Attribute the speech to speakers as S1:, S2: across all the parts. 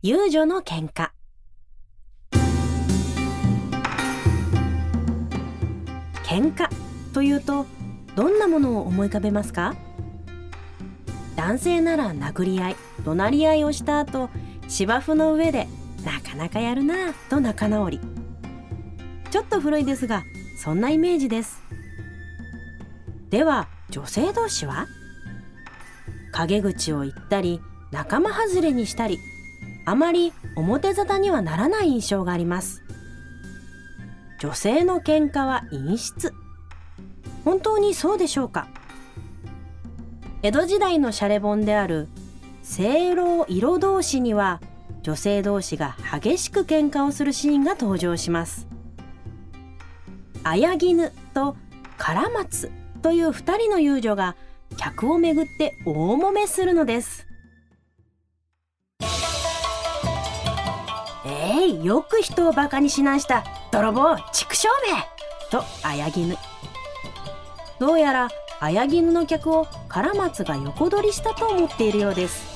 S1: 遊女の喧嘩喧嘩というとどんなものを思い浮かべますか男性なら殴り合い怒鳴り合いをした後芝生の上でなかなかやるなぁと仲直りちょっと古いですがそんなイメージですでは女性同士は陰口を言ったり仲間外れにしたりあまり表沙汰にはならない印象があります女性の喧嘩は陰湿本当にそうでしょうか江戸時代のシャレ本である青老色同士には女性同士が激しく喧嘩をするシーンが登場します綾絹と唐松という2人の遊女が客をめぐって大揉めするのですえい、よく人をバカにしなんした泥棒畜生めと綾絹どうやら綾絹の客を唐松が横取りしたと思っているようです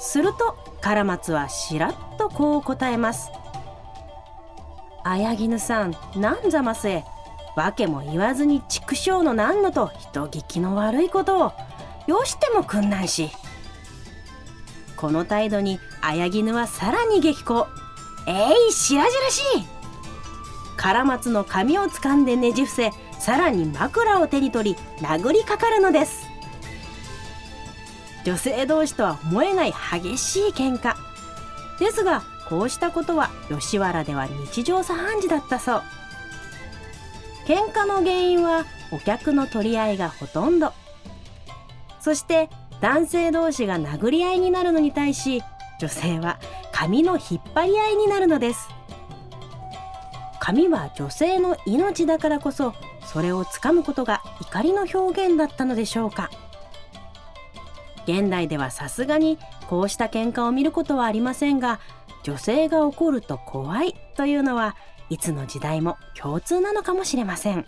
S1: すると唐松はしらっとこう答えます綾絹さんなんざますえ訳も言わずに畜生のなんのと人聞きの悪いことをよしてもくんなんしこの態度に綾絹はさらに激高えい白々しい唐松の髪を掴んでねじ伏せさらに枕を手に取り殴りかかるのです女性同士とは思えない激しい喧嘩ですがこうしたことは吉原では日常茶飯事だったそう喧嘩の原因はお客の取り合いがほとんどそして男性同士が殴り合いになるのに対し女性は髪の引っ張り合いになるのです髪は女性の命だからこそそれをつかむことが怒りの表現だったのでしょうか現代ではさすがにこうした喧嘩を見ることはありませんが女性が怒ると怖いというのはいつの時代も共通なのかもしれません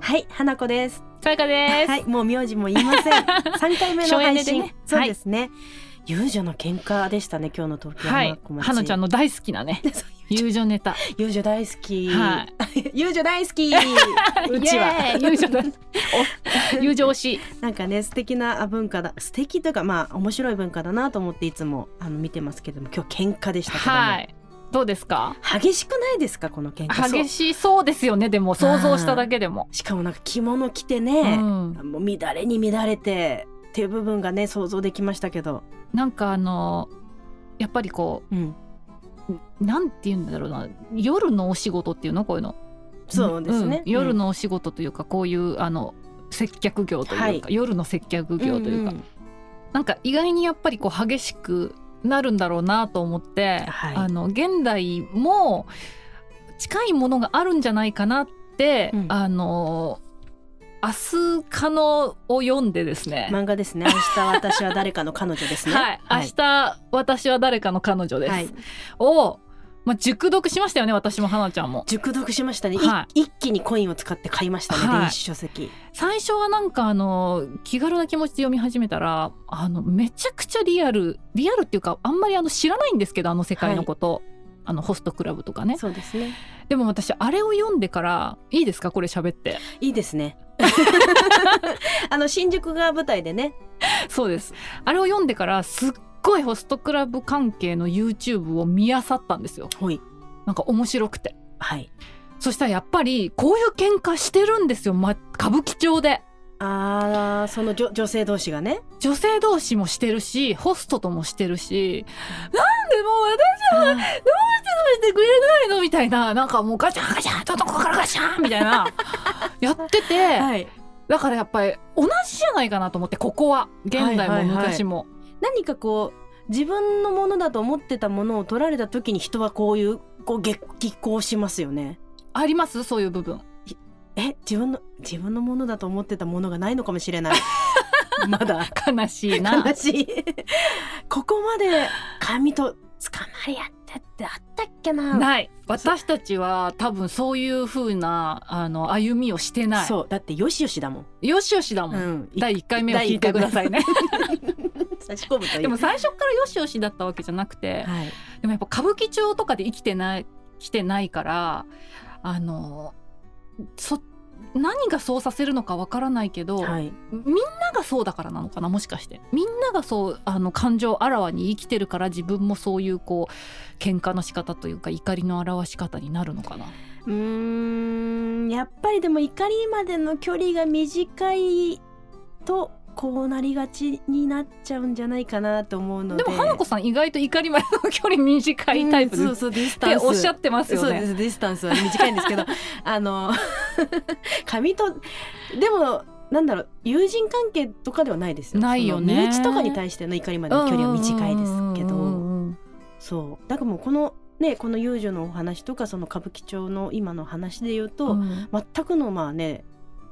S1: はい花子です
S2: さやかです。
S1: はい、もう名字も言いません。 三回目の
S2: 省エ
S1: 配
S2: ネで
S1: 信、
S2: ね
S1: そうですね、遊女の喧嘩でしたね。今日の東京
S2: は
S1: 浜
S2: い
S1: 小。町。
S2: はのちゃん
S1: の
S2: の大好きなね
S1: そう
S2: 友情ネタ。
S1: 遊女大好き。
S2: は
S1: 遊女大好 き。うちは
S2: イエーイ友情だ。 お友情推し。
S1: なんかね素敵な文化だ。素敵というかまあ面白い文化だなと思っていつもあの見てますけども、今日喧嘩でしたけども、
S2: はい。どうですか。
S1: 激しくないですかこの喧嘩。そう
S2: 激しそうですよね。でも想像しただけでも。
S1: しかもなんか着物着て
S2: う
S1: ね、
S2: ん。
S1: もう乱れに乱れてっていう部分がね想像できましたけど、
S2: なんかあのやっぱりこ
S1: うん、
S2: うなんて言うんだろうな夜のお仕事っていうのこういうの。
S1: そうですね。
S2: ん夜のお仕事というかこういうあの接客業というか、
S1: はい
S2: 夜の接
S1: う
S2: 客
S1: ん
S2: 業というか、
S1: んん
S2: なんか意外にやっぱりこう激しくなるんだろうなと思って、
S1: はい
S2: あの現代も近いものがあるんじゃないかなって、
S1: うん
S2: あの明日可能を読んでですね。
S1: 漫画ですね。明日私は誰かの彼女ですね。
S2: はい、明日私は誰かの彼女です、
S1: はい
S2: を、まあ、熟読しましたよね私も花ちゃんも
S1: 熟読しましたね、い
S2: は
S1: 一気にコインを使って買いましたね、
S2: はい
S1: 電子書籍。
S2: 最初はなんかあの気軽な気持ちで読み始めたらあのめちゃくちゃリアルリアルっていうかあんまりあの知らないんですけどあの世界のこと、あのホストクラブとかね
S1: そうですね。
S2: でも私あれを読んでからいいですかこれ喋って
S1: いいですね。 あの新宿が舞台でね。
S2: そうですあれを読んでからすっごいホストクラブ関係の YouTube を見漁ったんですよ
S1: はい。
S2: なんか面白くて
S1: はい。
S2: そしたらやっぱりこういう喧嘩してるんですよ、ま、歌舞伎町で
S1: ああ、その女女性同士がね。
S2: 女性同士もしてるしホストともしてるしなんでもう私してくれないのみたいななんかもうガチャンガチャンどどこからガチャンみたい なやってて、
S1: はい。
S2: だからやっぱり同じじゃないかなと思ってここは現代
S1: はいはいは
S2: も
S1: い
S2: 昔も、
S1: 何かこう自分のものだと思ってたものを取られた時に人はこういうこう激高しますよね。
S2: ありますそういう部分
S1: え、自分の自分のものだと思ってたものがないのかもしれ ない。まだ。
S2: 悲しいな
S1: 悲しいここまで髪と捕まり合ってっってあったっけな
S2: ない私たちは多分そういう風なあの歩みをしてない
S1: そうだってよしよしだもん、
S2: よしよしだもん、
S1: ん
S2: 第1回目を聞いてくださいね
S1: 差し込むという
S2: でも最初からよしよしだったわけじゃなくて、
S1: はい、
S2: でもやっぱ歌舞伎町とかで生きてない来てないからあのそ何がそうさせるのかわからないけど、
S1: はい、
S2: みんながそうだからなのかなもしかしてみんながそうあの感情をあらわに生きてるから自分もそういうこう喧嘩の仕方というか怒りの表し方になるのかな
S1: うーんやっぱりでも怒りまでの距離が短いとこうなりがちになっちゃうんじゃないかなと思うので
S2: でも花子さん意外と怒りまでの距離短いタイプ
S1: うん
S2: で
S1: そう
S2: す
S1: そうディス
S2: っ
S1: タ
S2: て
S1: ンス
S2: おっしゃってますよ
S1: そうで
S2: ね。
S1: すディスタンスは短いん ですけどあの 髪とでもなんだろう友人関係とかではないですよ
S2: ないよね
S1: その身内とかに対しての怒りまでの距離は短いですけど、
S2: うんうんうん
S1: そうだからもうこのねこの遊女のお話とかその歌舞伎町の今の話で言うと、
S2: うんうん
S1: 全くのまあね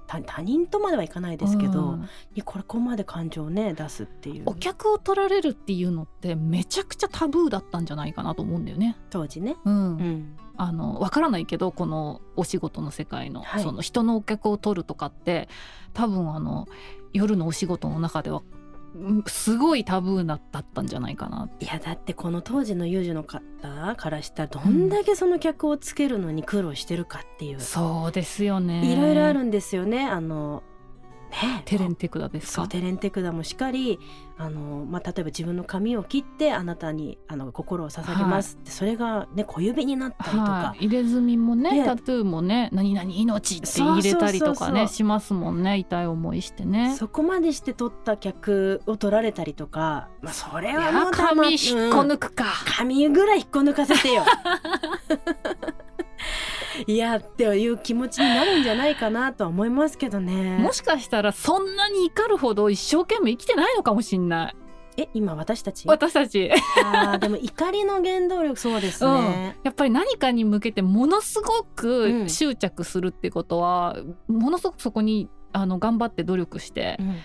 S1: 他他人とまではいかないですけど、
S2: うん
S1: いやこれここまで感情をね出すっていう
S2: お客を取られるっていうのってめちゃくちゃタブーだったんじゃないかなと思うんだよね。
S1: 当時ね、
S2: うん
S1: うん、
S2: あのわからないけどこのお仕事の世界の、
S1: はい
S2: その人のお客を取るとかって多分あの夜のお仕事の中ではうんすごいタブーだったんじゃないかな。
S1: いやだってこの当時の遊女の方からしたらどんだけその客をつけるのに苦労してるかっていう、
S2: そうですよね。
S1: いろいろあるんですよねあのね
S2: テレンテクダです
S1: そう
S2: か。
S1: テレンテクダもしっかりあの、まあ、例えば自分の髪を切ってあなたにあの心を捧げますって、それが、ね、小指になったりとか、
S2: はい、入れ墨もね
S1: ね
S2: タトゥーもね何々命って入れたりと
S1: そうそ
S2: か
S1: うそうそう
S2: ねしますもんね痛い思いしてね。
S1: そこまでして取った客を取られたりとか、まあ、それ
S2: い
S1: は
S2: や
S1: もうたま
S2: 髪引っこ抜くか。
S1: 髪ぐらい引っこ抜かせて よ。いやっていう気持ちになるんじゃないかなとは思いますけどね。
S2: もしかしたらそんなに怒るほど一生懸命生きてないのかもしんない
S1: え今私たち
S2: 私たち、
S1: あーでも怒りの原動力そうです
S2: うん
S1: ね。
S2: やっぱり何かに向けてものすご
S1: う
S2: く
S1: ん
S2: 執着するってことは、ものすごくそこにあの頑張って努力して、
S1: うん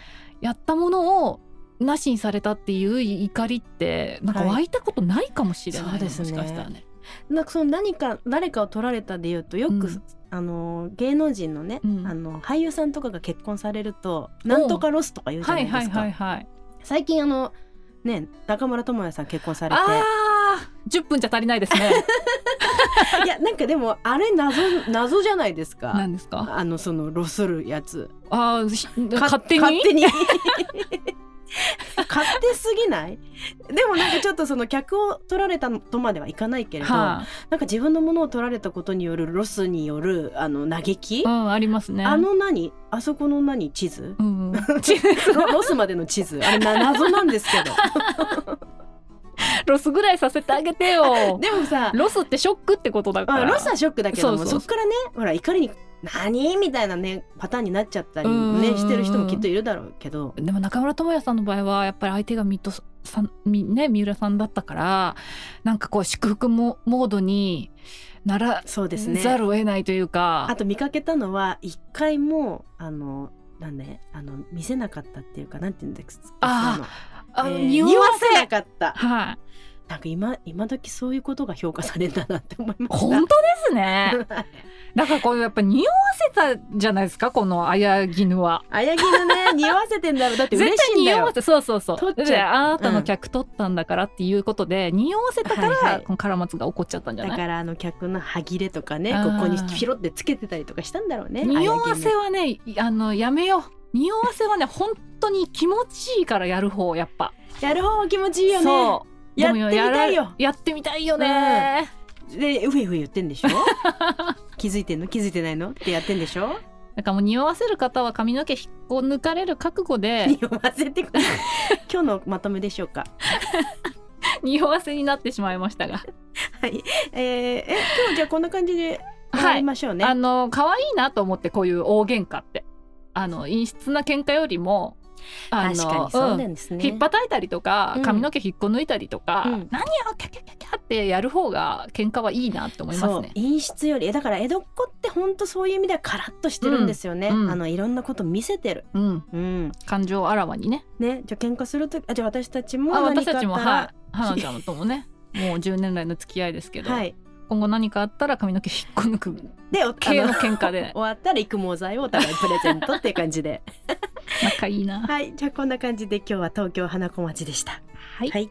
S2: やったものをなしにされたっていう怒りってなんか
S1: はい
S2: 湧いたことないかもしれない、
S1: そうですね
S2: もしかしたらね。
S1: なんかその何か誰かを取られたで言うとよく、
S2: うん
S1: あの芸能人のね、
S2: うん
S1: あの俳優さんとかが結婚されるとなんとかロスとか言うじゃな
S2: は
S1: い
S2: い
S1: ですか。
S2: はいはいはい。
S1: 最近あのね中村智也さん結婚されて
S2: ああ、十分じゃ足りないです ね。
S1: いやなんかでもあれ謎謎じゃないですか。
S2: 何ですか。
S1: あのそのロスるやつ
S2: ああ、ひ勝手に。
S1: 勝 手に勝手すぎないでもなんかちょっとその客を取られたとまではいかないけれど、
S2: は
S1: なんか自分のものを取られたことによるロスによるあの嘆き、
S2: い、うん、ありますね。
S1: あの何あそこの何地図
S2: うん、
S1: ロ ロスまでの地図あれな謎なんですけ ど
S2: ロスぐらいさせてあげて よ。
S1: でもさ
S2: ロスってショックってことだか
S1: まあ、
S2: ら。
S1: ロスはショックだけども
S2: そ
S1: そう
S2: そう
S1: っからねほら怒りに「何?」みたいなねパターンになっちゃったり
S2: うんうんうんう
S1: ね
S2: ん
S1: してる人もきっといるだろうけど
S2: でも中村智也さんの場合はやっぱり相手がミッドさんみね三浦さんだったからなんかこう祝福もモードになら
S1: そうですね
S2: ざるを得ないというか。
S1: あと見かけたのは一回もあのなんねあの見せなかったっていうかなんて言うんですか
S2: あ
S1: そ
S2: あ
S1: ういうのえー
S2: 匂わ
S1: 匂わせな
S2: せ
S1: かった
S2: はい
S1: なんか今今時そういうことが評価されたなって思いました
S2: 本当ですね だからこれやっぱ匂わせたじゃないですかこのあやぎぬは。
S1: あやぎの ね匂わせてんだろうだって嬉
S2: 絶
S1: し
S2: 対
S1: いんだ
S2: 匂わ
S1: よ
S2: せそうそうそう
S1: 取っちゃう
S2: であなたの客取ったんだからっていうことで、匂わせたから、
S1: はいはい
S2: このカラマツが怒っちゃったんじゃ
S1: だ
S2: ない
S1: からあの客の歯切れとかね
S2: あー
S1: ここにピロってつけてたりとかしたんだろうね
S2: 匂わ
S1: あ
S2: せ
S1: や
S2: はねあのやめよう匂わせはね本当に気持ちいいからやる方やっぱ
S1: ぎのやる方も気持ちいいよね
S2: そ
S1: やってみたい
S2: で
S1: よ
S2: もやらやってみたいよね、
S1: でうふふ言ってん でしょ気づいてんの気づいてないのってやってんでしょ
S2: なんかもう匂わせる方は髪の毛引っこ抜かれる覚 悟で
S1: 匂わせてく今日のまとめでしょうか
S2: 匂わせになってしまいまし たが、
S1: はい、えーえ今日じゃあこんな感じで終わ
S2: は
S1: り
S2: い
S1: ましょうね。
S2: あの可愛いなと思ってこういう大喧嘩ってあの陰湿な喧嘩よりもあの
S1: 確かにそうなんです
S2: うん
S1: ね。
S2: 引っ叩いたりとか、
S1: うん
S2: 髪の毛引っこ抜いたりとか、
S1: うん
S2: 何をキャキャキャキャってやる方が喧嘩はいいなって思います
S1: そう
S2: ね。
S1: 陰湿よりえだから江戸っ子って本当そういう意味ではカラッとしてるんですよね、
S2: うんうん
S1: あのいろんなこと見せてる、
S2: うん、
S1: うん、
S2: 感情をあらわにね。
S1: ねじゃあ喧嘩するとあじゃあ私たちも
S2: あ
S1: 何
S2: 私
S1: かあ
S2: た
S1: っ
S2: ち
S1: た
S2: も
S1: ら
S2: はい花ちゃんともねもう10年来の付き合いですけど、
S1: はい
S2: 今後何かあったら髪の毛引っこ抜く
S1: でお
S2: 系
S1: あ
S2: の
S1: の
S2: 喧嘩で
S1: 終わったら育毛剤をお互いプレゼントっていう感じで
S2: 仲いいな。
S1: はいじゃあこんな感じで今日は東京花子町でした
S2: はい
S1: はい